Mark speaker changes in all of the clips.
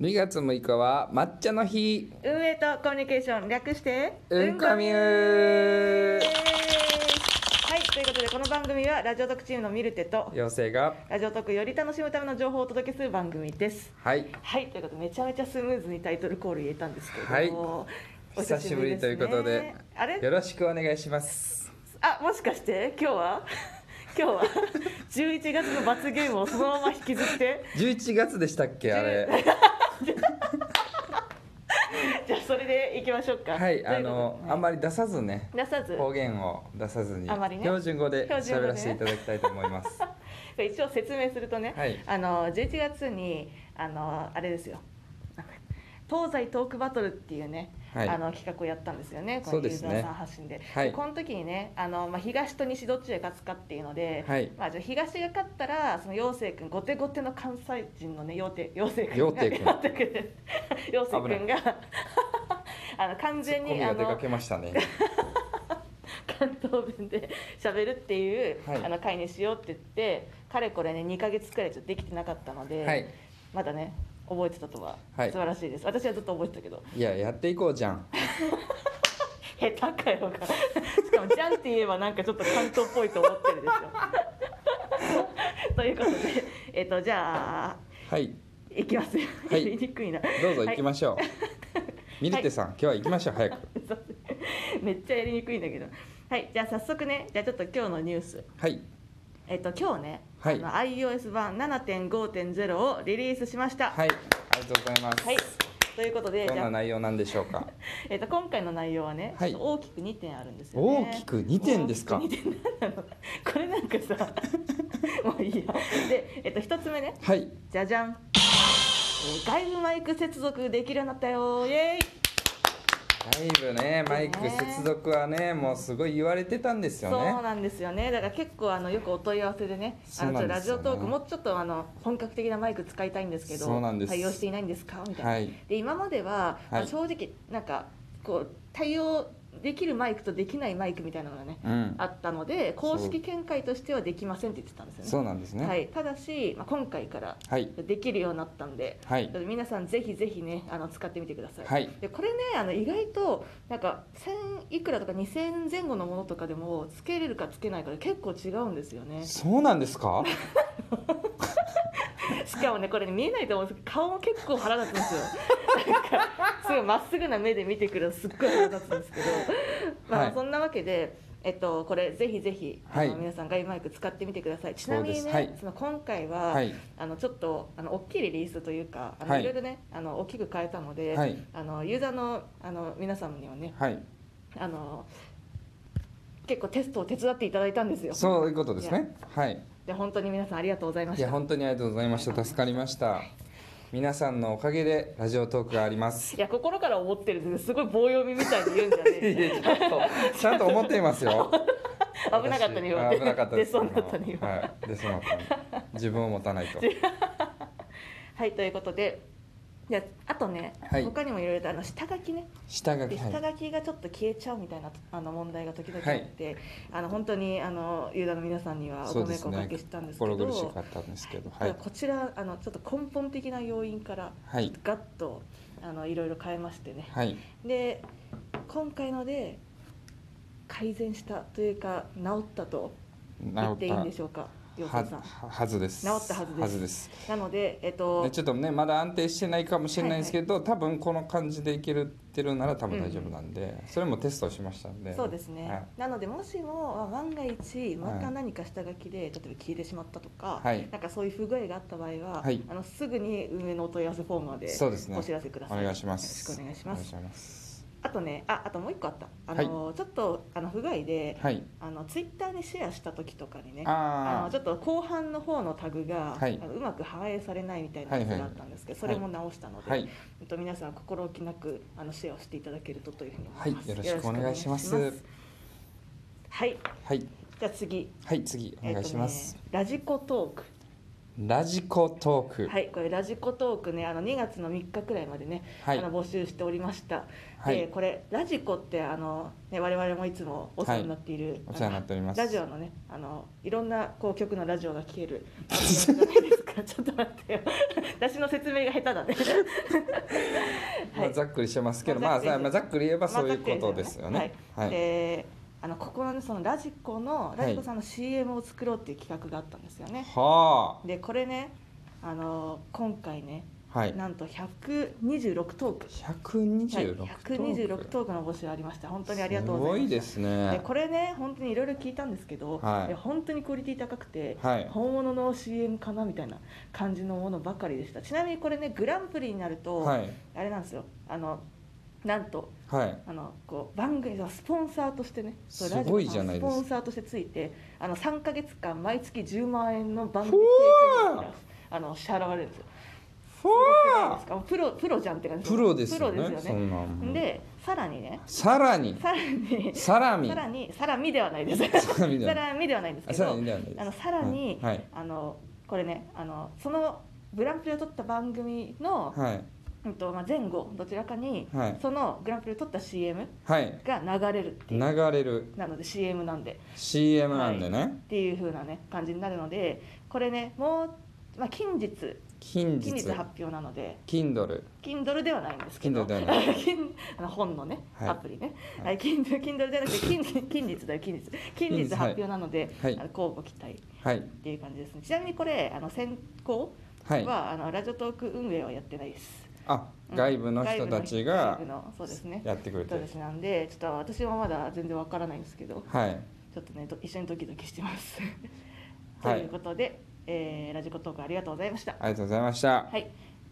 Speaker 1: 2月6日は抹茶の日
Speaker 2: 運営とコミュニケーション略して
Speaker 1: うんこみゅー
Speaker 2: イエーイはいということでこの番組はラジオ特チームのミルテと
Speaker 1: 妖精が
Speaker 2: ラジオ特より楽しむための情報をお届けする番組です
Speaker 1: はい
Speaker 2: はいということでめちゃめちゃスムーズにタイトルコール言えたんですけれども、お
Speaker 1: 久しぶり
Speaker 2: です
Speaker 1: とい
Speaker 2: ね
Speaker 1: うことで
Speaker 2: あれ
Speaker 1: よろしくお願いします
Speaker 2: あもしかして今日は 今日は11月の罰ゲームをそのまま引きずって
Speaker 1: 11月でしたっけあ れ
Speaker 2: じゃあそれでいきましょうか
Speaker 1: はいあのあん
Speaker 2: ま
Speaker 1: まり出さずね
Speaker 2: 出さず
Speaker 1: 方言を出さずに
Speaker 2: あまりね
Speaker 1: 標準語で
Speaker 2: 標準語
Speaker 1: 喋
Speaker 2: でね
Speaker 1: らせていただきたいと思い ます
Speaker 2: 一応説明するとね、
Speaker 1: はい
Speaker 2: あの11月にあのあれですよ東西トークバトルっていうね、
Speaker 1: はい
Speaker 2: あの企画をやったんですよね、こ
Speaker 1: そ
Speaker 2: の
Speaker 1: う
Speaker 2: ユ
Speaker 1: です
Speaker 2: ー
Speaker 1: ね
Speaker 2: ザーさん発信で、
Speaker 1: はい
Speaker 2: でこの時にね、あのまあ、東と西どっちで勝つかっていうので、
Speaker 1: はい
Speaker 2: まあ、じゃあ東が勝ったら、その妖精君、後手後手の関西人のね、妖精妖精君が、
Speaker 1: 妖精君
Speaker 2: 妖精 君妖精君が、 あの完
Speaker 1: ツ
Speaker 2: 全
Speaker 1: ッコ
Speaker 2: に
Speaker 1: ミ
Speaker 2: あ
Speaker 1: が出か
Speaker 2: の
Speaker 1: けましたね
Speaker 2: 関東弁で喋るっていう、
Speaker 1: はい
Speaker 2: あの会にしようって言ってかれこれね2か月くらいちょっとできてなかったので、
Speaker 1: はい
Speaker 2: まだね覚えてたとは、
Speaker 1: はい
Speaker 2: 素晴らしいです私はずっと覚えてたけど
Speaker 1: いややっていこうじゃん
Speaker 2: 下手かよが しかも「じゃん」って言えばなんかちょっと関東っぽいと思ってるでしょ ということでえっ、とじゃあ
Speaker 1: はい
Speaker 2: いきますよ、
Speaker 1: はい
Speaker 2: 言いにくいな
Speaker 1: どうぞ行き
Speaker 2: す
Speaker 1: ましょう、ミルテさん、今日は行きましょう早く
Speaker 2: めっちゃやりにくいんだけどはいじゃあ早速ねじゃあちょっと今日のニュース
Speaker 1: はい
Speaker 2: えっと、今日ね、
Speaker 1: はい
Speaker 2: あの iOS 版7.5.0をリリースしました。は
Speaker 1: はいありがとうございます、
Speaker 2: い、ということで
Speaker 1: どん
Speaker 2: じ
Speaker 1: な
Speaker 2: ゃあ、
Speaker 1: 内容なんでしょうか
Speaker 2: えっと、今回の内容はね、
Speaker 1: はい
Speaker 2: ちょっと大きく2点あるんですよね。
Speaker 1: 大きく2点ですか
Speaker 2: 大きく二点なんなの これなんかさ もういいや。で、えっと、1つ目ね
Speaker 1: はい
Speaker 2: じゃじゃん、えー外部マイク接続できるようになったよイエーイ
Speaker 1: だいぶねマイク接続はねもうすごい言われてたんですよね
Speaker 2: そうなんですよねだから結構あのよくお問い合わせでねあの
Speaker 1: そうな
Speaker 2: ちょっと
Speaker 1: ん
Speaker 2: ラ
Speaker 1: です
Speaker 2: ジ
Speaker 1: よ
Speaker 2: オ
Speaker 1: ね
Speaker 2: トークもうちょっとあの本格的なマイク使いたいんですけど
Speaker 1: そうなんです
Speaker 2: 対応していないんですかみたいな、
Speaker 1: はい
Speaker 2: で今までは、まあ
Speaker 1: はい
Speaker 2: 正直なんかこう対応できるマイクとできないマイクみたいなのがね、
Speaker 1: うん
Speaker 2: あったので公式見解としてはできませんって言ってたんですよね
Speaker 1: そうなんですね
Speaker 2: はい、ただし、まあ、今回から
Speaker 1: はい
Speaker 2: できるようになったんで、
Speaker 1: はい
Speaker 2: 皆さんぜひぜひねあの使ってみてください、
Speaker 1: はい
Speaker 2: でこれねあの意外となんか1000いくらとか2000前後のものとかでもつけれるかつけないかで結構違うんですよね
Speaker 1: そうなんですか
Speaker 2: しかもねこれね見えないと思うんですけど顔も結構腹立つんですよなんかすごいまっすぐな目で見てくるのすっごい腹立つんですけど、まあ
Speaker 1: はい
Speaker 2: そんなわけでえっとこれぜひぜひ、あの
Speaker 1: はい
Speaker 2: 皆さんガイマイク使ってみてくださいちなみに
Speaker 1: そうで
Speaker 2: ね
Speaker 1: すはい
Speaker 2: その今回は、
Speaker 1: はい
Speaker 2: あのちょっとあの大きいリリースというかあの、
Speaker 1: はい
Speaker 2: い、ろいろねあの大きく変えたので、
Speaker 1: はい
Speaker 2: あのユーザーのあの皆様にはね
Speaker 1: はい
Speaker 2: あの結構テストを手伝っていただいたんですよ
Speaker 1: そういうことですねはい
Speaker 2: で本当に皆さんありがとうございま
Speaker 1: い
Speaker 2: し
Speaker 1: や
Speaker 2: た
Speaker 1: 本当にありがとうございました助かりました皆さんのおかげでラジオトークがあり ます
Speaker 2: いや心から思ってるんですすごい棒読みみたいに言うんじゃね
Speaker 1: い
Speaker 2: え
Speaker 1: やちゃんとちゃんと思っていますよ
Speaker 2: 危なかったね今
Speaker 1: 私あ危なかったです
Speaker 2: 出そうになったね今
Speaker 1: はい出そうになったね自分を持たないと
Speaker 2: はいということでじゃああとね、
Speaker 1: はい
Speaker 2: 他にもいろいろとあの下書きね
Speaker 1: 下書
Speaker 2: で
Speaker 1: きは
Speaker 2: 下
Speaker 1: い
Speaker 2: 書きがちょっと消えちゃうみたいなあの問題が時々あって、あの本当にあのユーザーの皆さんには
Speaker 1: そ
Speaker 2: ご
Speaker 1: うで
Speaker 2: 迷惑
Speaker 1: す
Speaker 2: をおか
Speaker 1: ね
Speaker 2: けしたんですけど
Speaker 1: 心苦しかったんですけど
Speaker 2: た
Speaker 1: は
Speaker 2: だ
Speaker 1: い
Speaker 2: こちらあのちょっと根本的な要因から
Speaker 1: はい
Speaker 2: ガッとあのいろいろ変えましてね、
Speaker 1: はい
Speaker 2: で今回ので改善したというか治ったと言っていいんでしょうか陽
Speaker 1: は
Speaker 2: 介さん
Speaker 1: ははずです
Speaker 2: 治ったはずですなのでえっと
Speaker 1: でちょっとねまだ安定してないかもしれないんですけど、多分この感じでいけるってるなら多分大丈夫なんで、それもテストしましたんで
Speaker 2: そうですね、なのでもしもまあ万が一また何か下書きで、例えば消えてしまったとか、
Speaker 1: はい
Speaker 2: なんかそういう不具合があった場合は、
Speaker 1: はい
Speaker 2: あのすぐに運営のお問い合わせフォームまで
Speaker 1: そうですね
Speaker 2: お知らせください
Speaker 1: お願いします
Speaker 2: よろしくお願いしま
Speaker 1: お
Speaker 2: す
Speaker 1: 願いします
Speaker 2: あとねああともう一個あったあの、ちょっとあの不具合で、
Speaker 1: はい
Speaker 2: あのツイッターにシェアした時とかにね
Speaker 1: あ
Speaker 2: あのち
Speaker 1: あ
Speaker 2: ょっと後半の方のタグが、
Speaker 1: はい
Speaker 2: あのうまく反映されないみたいなやつがあったんですけど、
Speaker 1: はいはい
Speaker 2: それも直したので、
Speaker 1: はい
Speaker 2: えっと皆さん心置きなくあのシェアをしていただけるとというふうに思
Speaker 1: はいい
Speaker 2: ます。
Speaker 1: よろしくお願いします
Speaker 2: よろくお願いしますはい、
Speaker 1: はい
Speaker 2: じゃあ次
Speaker 1: はい次お願いします、
Speaker 2: えっとね、ラジコトーク
Speaker 1: ラジコトーク
Speaker 2: はいこれラジコトークねあの2月の3日くらいまでね、
Speaker 1: はい
Speaker 2: あの募集しておりました。
Speaker 1: はい
Speaker 2: でこれラジコってあのね我々もいつもお世話になっている、
Speaker 1: お世話になっております
Speaker 2: ラジオのねあのいろんなこう曲のラジオが聴ける番組じゃないですかからちょっと待ってよ 私の説明が下手 だね
Speaker 1: まあ、ざっくりしてますけど、
Speaker 2: ま
Speaker 1: ま
Speaker 2: あ
Speaker 1: あ、さまあ、ざっくり言えば、そういうこと
Speaker 2: まあ
Speaker 1: ですよね。
Speaker 2: は
Speaker 1: は
Speaker 2: い
Speaker 1: い。
Speaker 2: であのここのそのラジコの
Speaker 1: い
Speaker 2: ラジコさんの CM を作ろうっていう企画があったんですよね、
Speaker 1: は
Speaker 2: でこれねあの今回ね、
Speaker 1: あ。はい。
Speaker 2: なんと126トーク
Speaker 1: 百二
Speaker 2: はい
Speaker 1: 十六。
Speaker 2: 126トークの募集ありました本当にありがとう
Speaker 1: す
Speaker 2: ござ
Speaker 1: ご
Speaker 2: いま
Speaker 1: い
Speaker 2: す
Speaker 1: です
Speaker 2: で
Speaker 1: ね。
Speaker 2: これね本当にいろいろ聞いたんですけど、
Speaker 1: はい
Speaker 2: いや本当にクオリティ高くて、
Speaker 1: はい
Speaker 2: 本物の CM かなみたいな感じのものばかりでしたちなみにこれねグランプリになると、
Speaker 1: はい。
Speaker 2: あれなんですよあのなんと
Speaker 1: はい。
Speaker 2: あのこう番組のスポンサーとしてねそう
Speaker 1: すごい
Speaker 2: ラジ
Speaker 1: じ
Speaker 2: オさん
Speaker 1: ゃないですか
Speaker 2: スポンサーとしてついてあの3か月間毎月10万円の番
Speaker 1: ほ
Speaker 2: 組
Speaker 1: わ
Speaker 2: 提供料があの支払われるんですよ
Speaker 1: ふ
Speaker 2: ないで
Speaker 1: わ
Speaker 2: す。かもうプロプロじゃんって感じ
Speaker 1: プロです
Speaker 2: プロ
Speaker 1: よ
Speaker 2: です
Speaker 1: ね。
Speaker 2: よ
Speaker 1: そ
Speaker 2: ね
Speaker 1: んなんもん。
Speaker 2: でさらにね
Speaker 1: さらに。
Speaker 2: さらに
Speaker 1: さらに。
Speaker 2: さらにさらにではないです
Speaker 1: さらにで
Speaker 2: さ
Speaker 1: はない
Speaker 2: らにではないんです
Speaker 1: あ
Speaker 2: け
Speaker 1: さら
Speaker 2: ど
Speaker 1: にではないです。
Speaker 2: あのさらに、
Speaker 1: はい。
Speaker 2: あのこれねあのそのグランプリを取った番組の、
Speaker 1: はい。
Speaker 2: うんとまあ、前後どちらかに、
Speaker 1: はい
Speaker 2: そのグランプリを取った CM
Speaker 1: はい。
Speaker 2: が流れるっていう
Speaker 1: 流れる
Speaker 2: なので CM なんで
Speaker 1: CM なんでね。
Speaker 2: っていう風なね感じになるのでこれねもう、まあ、近日
Speaker 1: 近
Speaker 2: 近
Speaker 1: 日
Speaker 2: 日。発表なので
Speaker 1: Kindle。
Speaker 2: Kindle ではないんですけど
Speaker 1: Kindle ではない
Speaker 2: Kin- あの本のね、
Speaker 1: はい
Speaker 2: アプリね、
Speaker 1: は
Speaker 2: はいい、Kindle, Kindle じゃなくて近日近日だよ近日近
Speaker 1: 近
Speaker 2: 日
Speaker 1: 日
Speaker 2: 発表なので、
Speaker 1: はいはい
Speaker 2: あの交互期待っ
Speaker 1: はい。
Speaker 2: ていう感じですねちなみにこれあの選考
Speaker 1: は
Speaker 2: は、
Speaker 1: い。
Speaker 2: あのラジオトーク運営はやってないです、
Speaker 1: あ、
Speaker 2: うん
Speaker 1: 外部の人たちが
Speaker 2: 外部のそうですね
Speaker 1: やってくれて
Speaker 2: 人た
Speaker 1: る。
Speaker 2: ちなんでちょっと私もまだ全然わからないんですけど
Speaker 1: はい。
Speaker 2: ちょっとねど一緒にドキドキしてます。と
Speaker 1: はい
Speaker 2: いうことで、えーラジコトークありがとうございました。
Speaker 1: ありがとうございました。
Speaker 2: はい、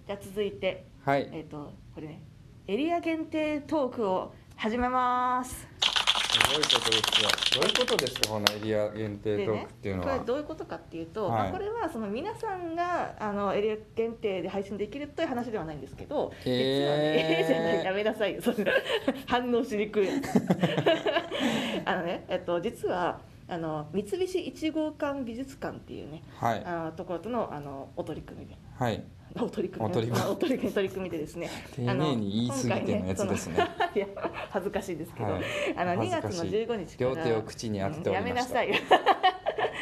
Speaker 2: じゃあ続いて、
Speaker 1: はい。
Speaker 2: えっ、とこれねエリア限定トークを始めます。
Speaker 1: すごいことですよ。どういうことですか、このエリア限定トークっていうの
Speaker 2: これ
Speaker 1: は。
Speaker 2: どういうことかっていうと、
Speaker 1: はい
Speaker 2: まあこれはその皆さんがあのエリア限定で配信できるという話ではないんですけど、
Speaker 1: へー
Speaker 2: 実はね、え ーじゃないやめなさいよ。それ反応しに くい。あのね、えっと実はあの三菱一号館美術館っていうね。
Speaker 1: はい。
Speaker 2: あのところとのあのお取り組みで。
Speaker 1: はい。
Speaker 2: お取り組
Speaker 1: お
Speaker 2: み
Speaker 1: 取り組み
Speaker 2: あ お取り組み取り組みでですね
Speaker 1: 丁寧に言い過ぎてのやつですね
Speaker 2: あの今 回ねそのいや恥ずかしいですけど、
Speaker 1: はい
Speaker 2: あの
Speaker 1: 恥
Speaker 2: 2
Speaker 1: ずかしい
Speaker 2: 月の15日から
Speaker 1: 両手を口に当てておりました
Speaker 2: うん やめなさ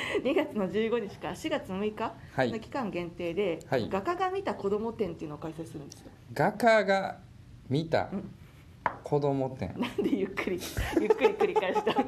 Speaker 2: い2月の15日から4月6日
Speaker 1: はい
Speaker 2: の期間限定で、
Speaker 1: はい
Speaker 2: 画家が見た子ども展っていうのを開催するんですよ
Speaker 1: 画家が見た
Speaker 2: うん
Speaker 1: 子供展。
Speaker 2: なんでゆっくりゆっくり繰り返した 画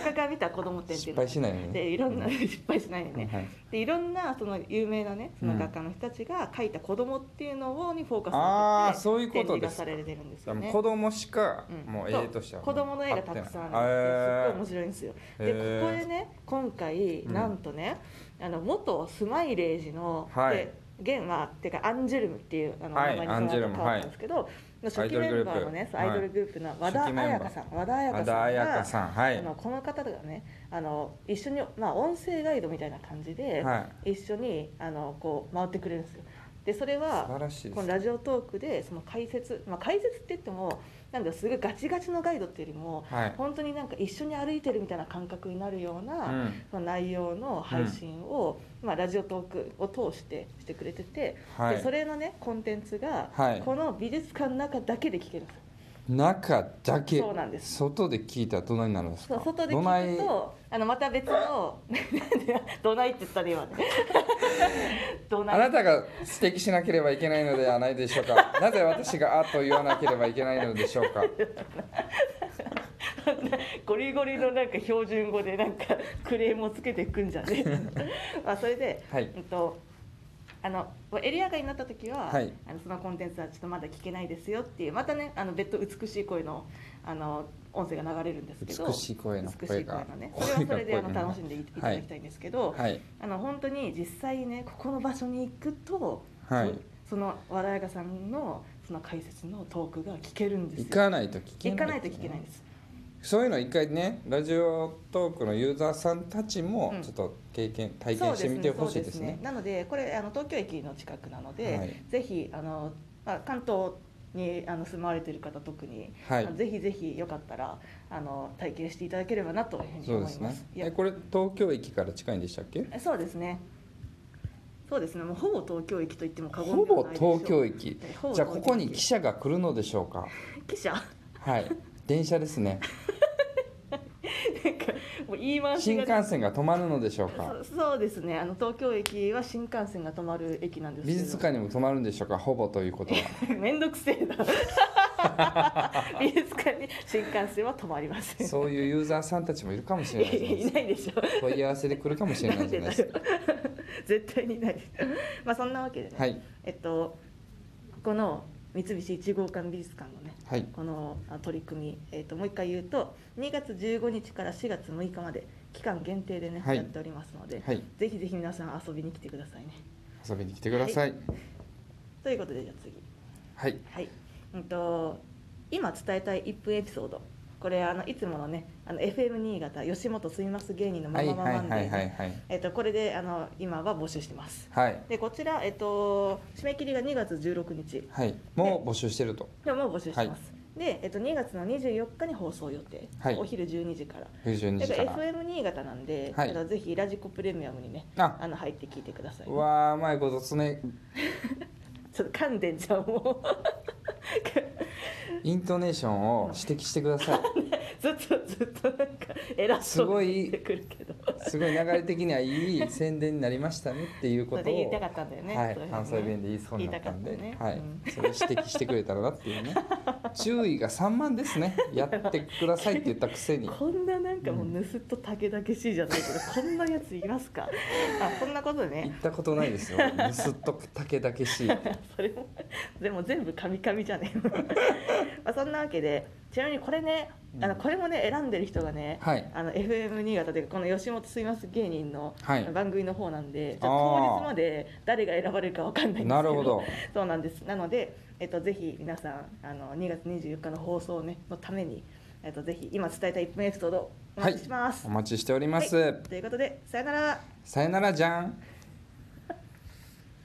Speaker 2: 家が見た子ども展って
Speaker 1: 失
Speaker 2: いうのが
Speaker 1: 敗しないように
Speaker 2: で
Speaker 1: ね。
Speaker 2: いろんな失敗しないでね、
Speaker 1: はい。
Speaker 2: でいろんなその有名なねその画家の人たちが描いた子供っていうのをにフォーカス
Speaker 1: ああ、
Speaker 2: を
Speaker 1: そういう
Speaker 2: 当
Speaker 1: こと
Speaker 2: てて展示
Speaker 1: で
Speaker 2: が
Speaker 1: す
Speaker 2: さ
Speaker 1: か。
Speaker 2: れてるんです
Speaker 1: で
Speaker 2: よ
Speaker 1: も
Speaker 2: ね。
Speaker 1: 子供しか
Speaker 2: うん
Speaker 1: もう
Speaker 2: そう
Speaker 1: 絵としては
Speaker 2: 子供の絵がたくさんあるんですよすっごい面白いんですよ。でここで
Speaker 1: で
Speaker 2: ね今回
Speaker 1: うん
Speaker 2: なんとね、あの元スマイレージの、
Speaker 1: はい
Speaker 2: で現まあっていうかアンジュルムっていうあの
Speaker 1: はい
Speaker 2: 名前にその後
Speaker 1: アンジュルム
Speaker 2: 変わったんですけど、初期メンバーのねそう
Speaker 1: ア
Speaker 2: ア
Speaker 1: イ
Speaker 2: イ
Speaker 1: ド
Speaker 2: ド
Speaker 1: ル
Speaker 2: ルグループの和田
Speaker 1: 初期メンバー
Speaker 2: 彩香さん、和田彩
Speaker 1: 和
Speaker 2: 香さんが
Speaker 1: 田彩香さんは
Speaker 2: あ
Speaker 1: い
Speaker 2: のこの方がねあの一緒に、まあ、音声ガイドみたいな感じで、
Speaker 1: は
Speaker 2: 一緒にあのこう回ってくれるんですよでそれ
Speaker 1: 素晴
Speaker 2: は
Speaker 1: らしいで
Speaker 2: こ
Speaker 1: す
Speaker 2: のラジオトークでその解説、まあ、解説って言ってもなんだろうすごいガチガチのガイドっていうよりも
Speaker 1: はい
Speaker 2: 本当になんか一緒に歩いてるみたいな感覚になるよう
Speaker 1: う
Speaker 2: な、
Speaker 1: ん
Speaker 2: その内容の配信を、まあ、ラジオトークを通してしてくれてて、
Speaker 1: は
Speaker 2: でそ
Speaker 1: い
Speaker 2: れのねコンテンツが、
Speaker 1: はい
Speaker 2: この美術館の中だけで聞けるんですよ
Speaker 1: 中だけ
Speaker 2: そうなんです
Speaker 1: 外で聞いたらどないなるんです
Speaker 2: そ
Speaker 1: か
Speaker 2: う外で
Speaker 1: どない
Speaker 2: 聞くとあのまた別の どないって言ったら 今ねどない
Speaker 1: あなたが指摘しなければいけないのではないでしょう か。なぜ私があと言わなければいけないのでしょうか。
Speaker 2: ゴリゴリのなんか標準語でなんかクレームをつけていくんじゃね えまあそれで、
Speaker 1: はい
Speaker 2: うんとあのエリア外になった時は、
Speaker 1: はい
Speaker 2: あのそのコンテンツはちょっとまだ聞けないですよっていうまたねあの別途美しい声のあの音声が流れるんですけど
Speaker 1: 美しい声の
Speaker 2: 美し
Speaker 1: 声
Speaker 2: い声
Speaker 1: が
Speaker 2: の。ねそれはそれであの楽しんでいいただき
Speaker 1: い
Speaker 2: たいんですけど、
Speaker 1: はい
Speaker 2: あの本当に実際ねここの場所に行くと、
Speaker 1: はい
Speaker 2: その和田彩香さんのその解説のトークが聞けるんです
Speaker 1: 行
Speaker 2: よ
Speaker 1: かないと聞けない。
Speaker 2: 行かないと聞けないんです
Speaker 1: そういうの一回ねラジオトークのユーザーさんたちも
Speaker 2: うん
Speaker 1: ちょっと経験、体験してみてほしいですね。
Speaker 2: なのでこれあの東京駅の近くなので、
Speaker 1: はい
Speaker 2: ぜひあの、まあ、関東にあの住まわれている方特に、
Speaker 1: はい
Speaker 2: あのぜひぜひよかったらあの体験していただければなというふうに
Speaker 1: そう
Speaker 2: 思い
Speaker 1: で
Speaker 2: ます。
Speaker 1: すね。
Speaker 2: いや
Speaker 1: えこれ東京駅から近いんでしたっけ？
Speaker 2: えそうですね。そうですね。もうほぼ東京駅と言っても過言
Speaker 1: ほ
Speaker 2: では
Speaker 1: ぼ
Speaker 2: ないでしょう。
Speaker 1: 東京駅
Speaker 2: えほ。ぼ
Speaker 1: じゃあここに
Speaker 2: 東京駅
Speaker 1: 記者が来るのでしょうか。
Speaker 2: 記者。
Speaker 1: はい。電車ですね。
Speaker 2: なんかもう言い回し
Speaker 1: 新
Speaker 2: が
Speaker 1: 幹線が止まるのでしょうか
Speaker 2: そそうですねあの東京駅は新幹線が止まる駅なんですけ
Speaker 1: 美
Speaker 2: ど
Speaker 1: 術館にも止まるんでしょうかほぼということは
Speaker 2: めんどくせえな 美術館に新幹線は止まりません
Speaker 1: そういうユーザーさんたちもいるかもしれないじゃない
Speaker 2: い
Speaker 1: です
Speaker 2: い
Speaker 1: か
Speaker 2: ないでしょ
Speaker 1: 問い合わせで来るかもしれ
Speaker 2: な
Speaker 1: ない
Speaker 2: ん
Speaker 1: じゃ
Speaker 2: で
Speaker 1: ない
Speaker 2: だ
Speaker 1: です
Speaker 2: よ
Speaker 1: か
Speaker 2: 絶対にないまあそんなわけでね、
Speaker 1: はい
Speaker 2: えっとこの三菱一号館美術館のね
Speaker 1: はい
Speaker 2: このあ取り組み、えっともう一回言うと2月15日から4月6日まで期間限定でね、
Speaker 1: はい
Speaker 2: やっておりますので、
Speaker 1: はい
Speaker 2: ぜひぜひ皆さん遊びに来てくださいね
Speaker 1: 遊びに来てください
Speaker 2: ということでじゃあ次
Speaker 1: はい
Speaker 2: はい、うんと今伝えたい1分エピソードこれあのいつものねあの FM 新潟吉本すみます芸人のま
Speaker 1: はい
Speaker 2: まま
Speaker 1: はい
Speaker 2: まんで
Speaker 1: はいはいはい
Speaker 2: えっとこれであの今は募集してます
Speaker 1: はい
Speaker 2: でこちら、えっと締め切りが2月16日
Speaker 1: はいもう募集してると
Speaker 2: でもう募集してます、で、えっと2月の24日に放送予定、
Speaker 1: はい
Speaker 2: お昼12時から
Speaker 1: 92
Speaker 2: だ
Speaker 1: 時
Speaker 2: か
Speaker 1: からら
Speaker 2: FM 新潟なんで、
Speaker 1: はい
Speaker 2: あのぜひラジコプレミアムにね
Speaker 1: あ
Speaker 2: あの入って聞いてくださいう
Speaker 1: わーうまいことつね
Speaker 2: ちょっと噛んでんじゃんもう
Speaker 1: イントネーションを指摘してくだ さい
Speaker 2: ずっとずっとなんか偉
Speaker 1: す
Speaker 2: そう
Speaker 1: ご
Speaker 2: に
Speaker 1: い
Speaker 2: 言ってくるけど
Speaker 1: すごい流れ的にはいい宣伝になりましたねっていう
Speaker 2: そ
Speaker 1: こ
Speaker 2: れ
Speaker 1: と
Speaker 2: で言い
Speaker 1: を
Speaker 2: たかったんだよね。
Speaker 1: はい
Speaker 2: そうう、ふうにね
Speaker 1: 関西弁で言いそうになったんで、
Speaker 2: 言いたか
Speaker 1: は
Speaker 2: った
Speaker 1: い
Speaker 2: ねうん、
Speaker 1: それを指摘してくれたらなっていうね注意が散漫ですねやってくださいって言ったくせに
Speaker 2: こんななんかもう盗っ人たけだけしいじゃないけど、こんなやついます か。あ、こんなこと
Speaker 1: 言っ
Speaker 2: ね。
Speaker 1: たことないですよ盗っとくたけだけしい
Speaker 2: それも、でも全部カミカミじゃねえ。 まあ、そんなわけで、ちなみにこれね、あの、
Speaker 1: うん
Speaker 2: これもね、選んでる人がね。
Speaker 1: はい
Speaker 2: あの FM 新潟というかこの吉本すいます芸人の
Speaker 1: はい
Speaker 2: 番組の方なんで、
Speaker 1: あー
Speaker 2: ちょっと当日まで誰が選ばれるかわかんないんですけど
Speaker 1: なるほど
Speaker 2: そうなんです。なので、えっと、ぜひ皆さん、あの、2月24日の放送ね、のために。えっと、ぜひ、今伝えたい1分エピソード、お
Speaker 1: は
Speaker 2: 待
Speaker 1: い
Speaker 2: ちします。
Speaker 1: お待ちしております、
Speaker 2: はいということで、さよなら。
Speaker 1: さよならじゃん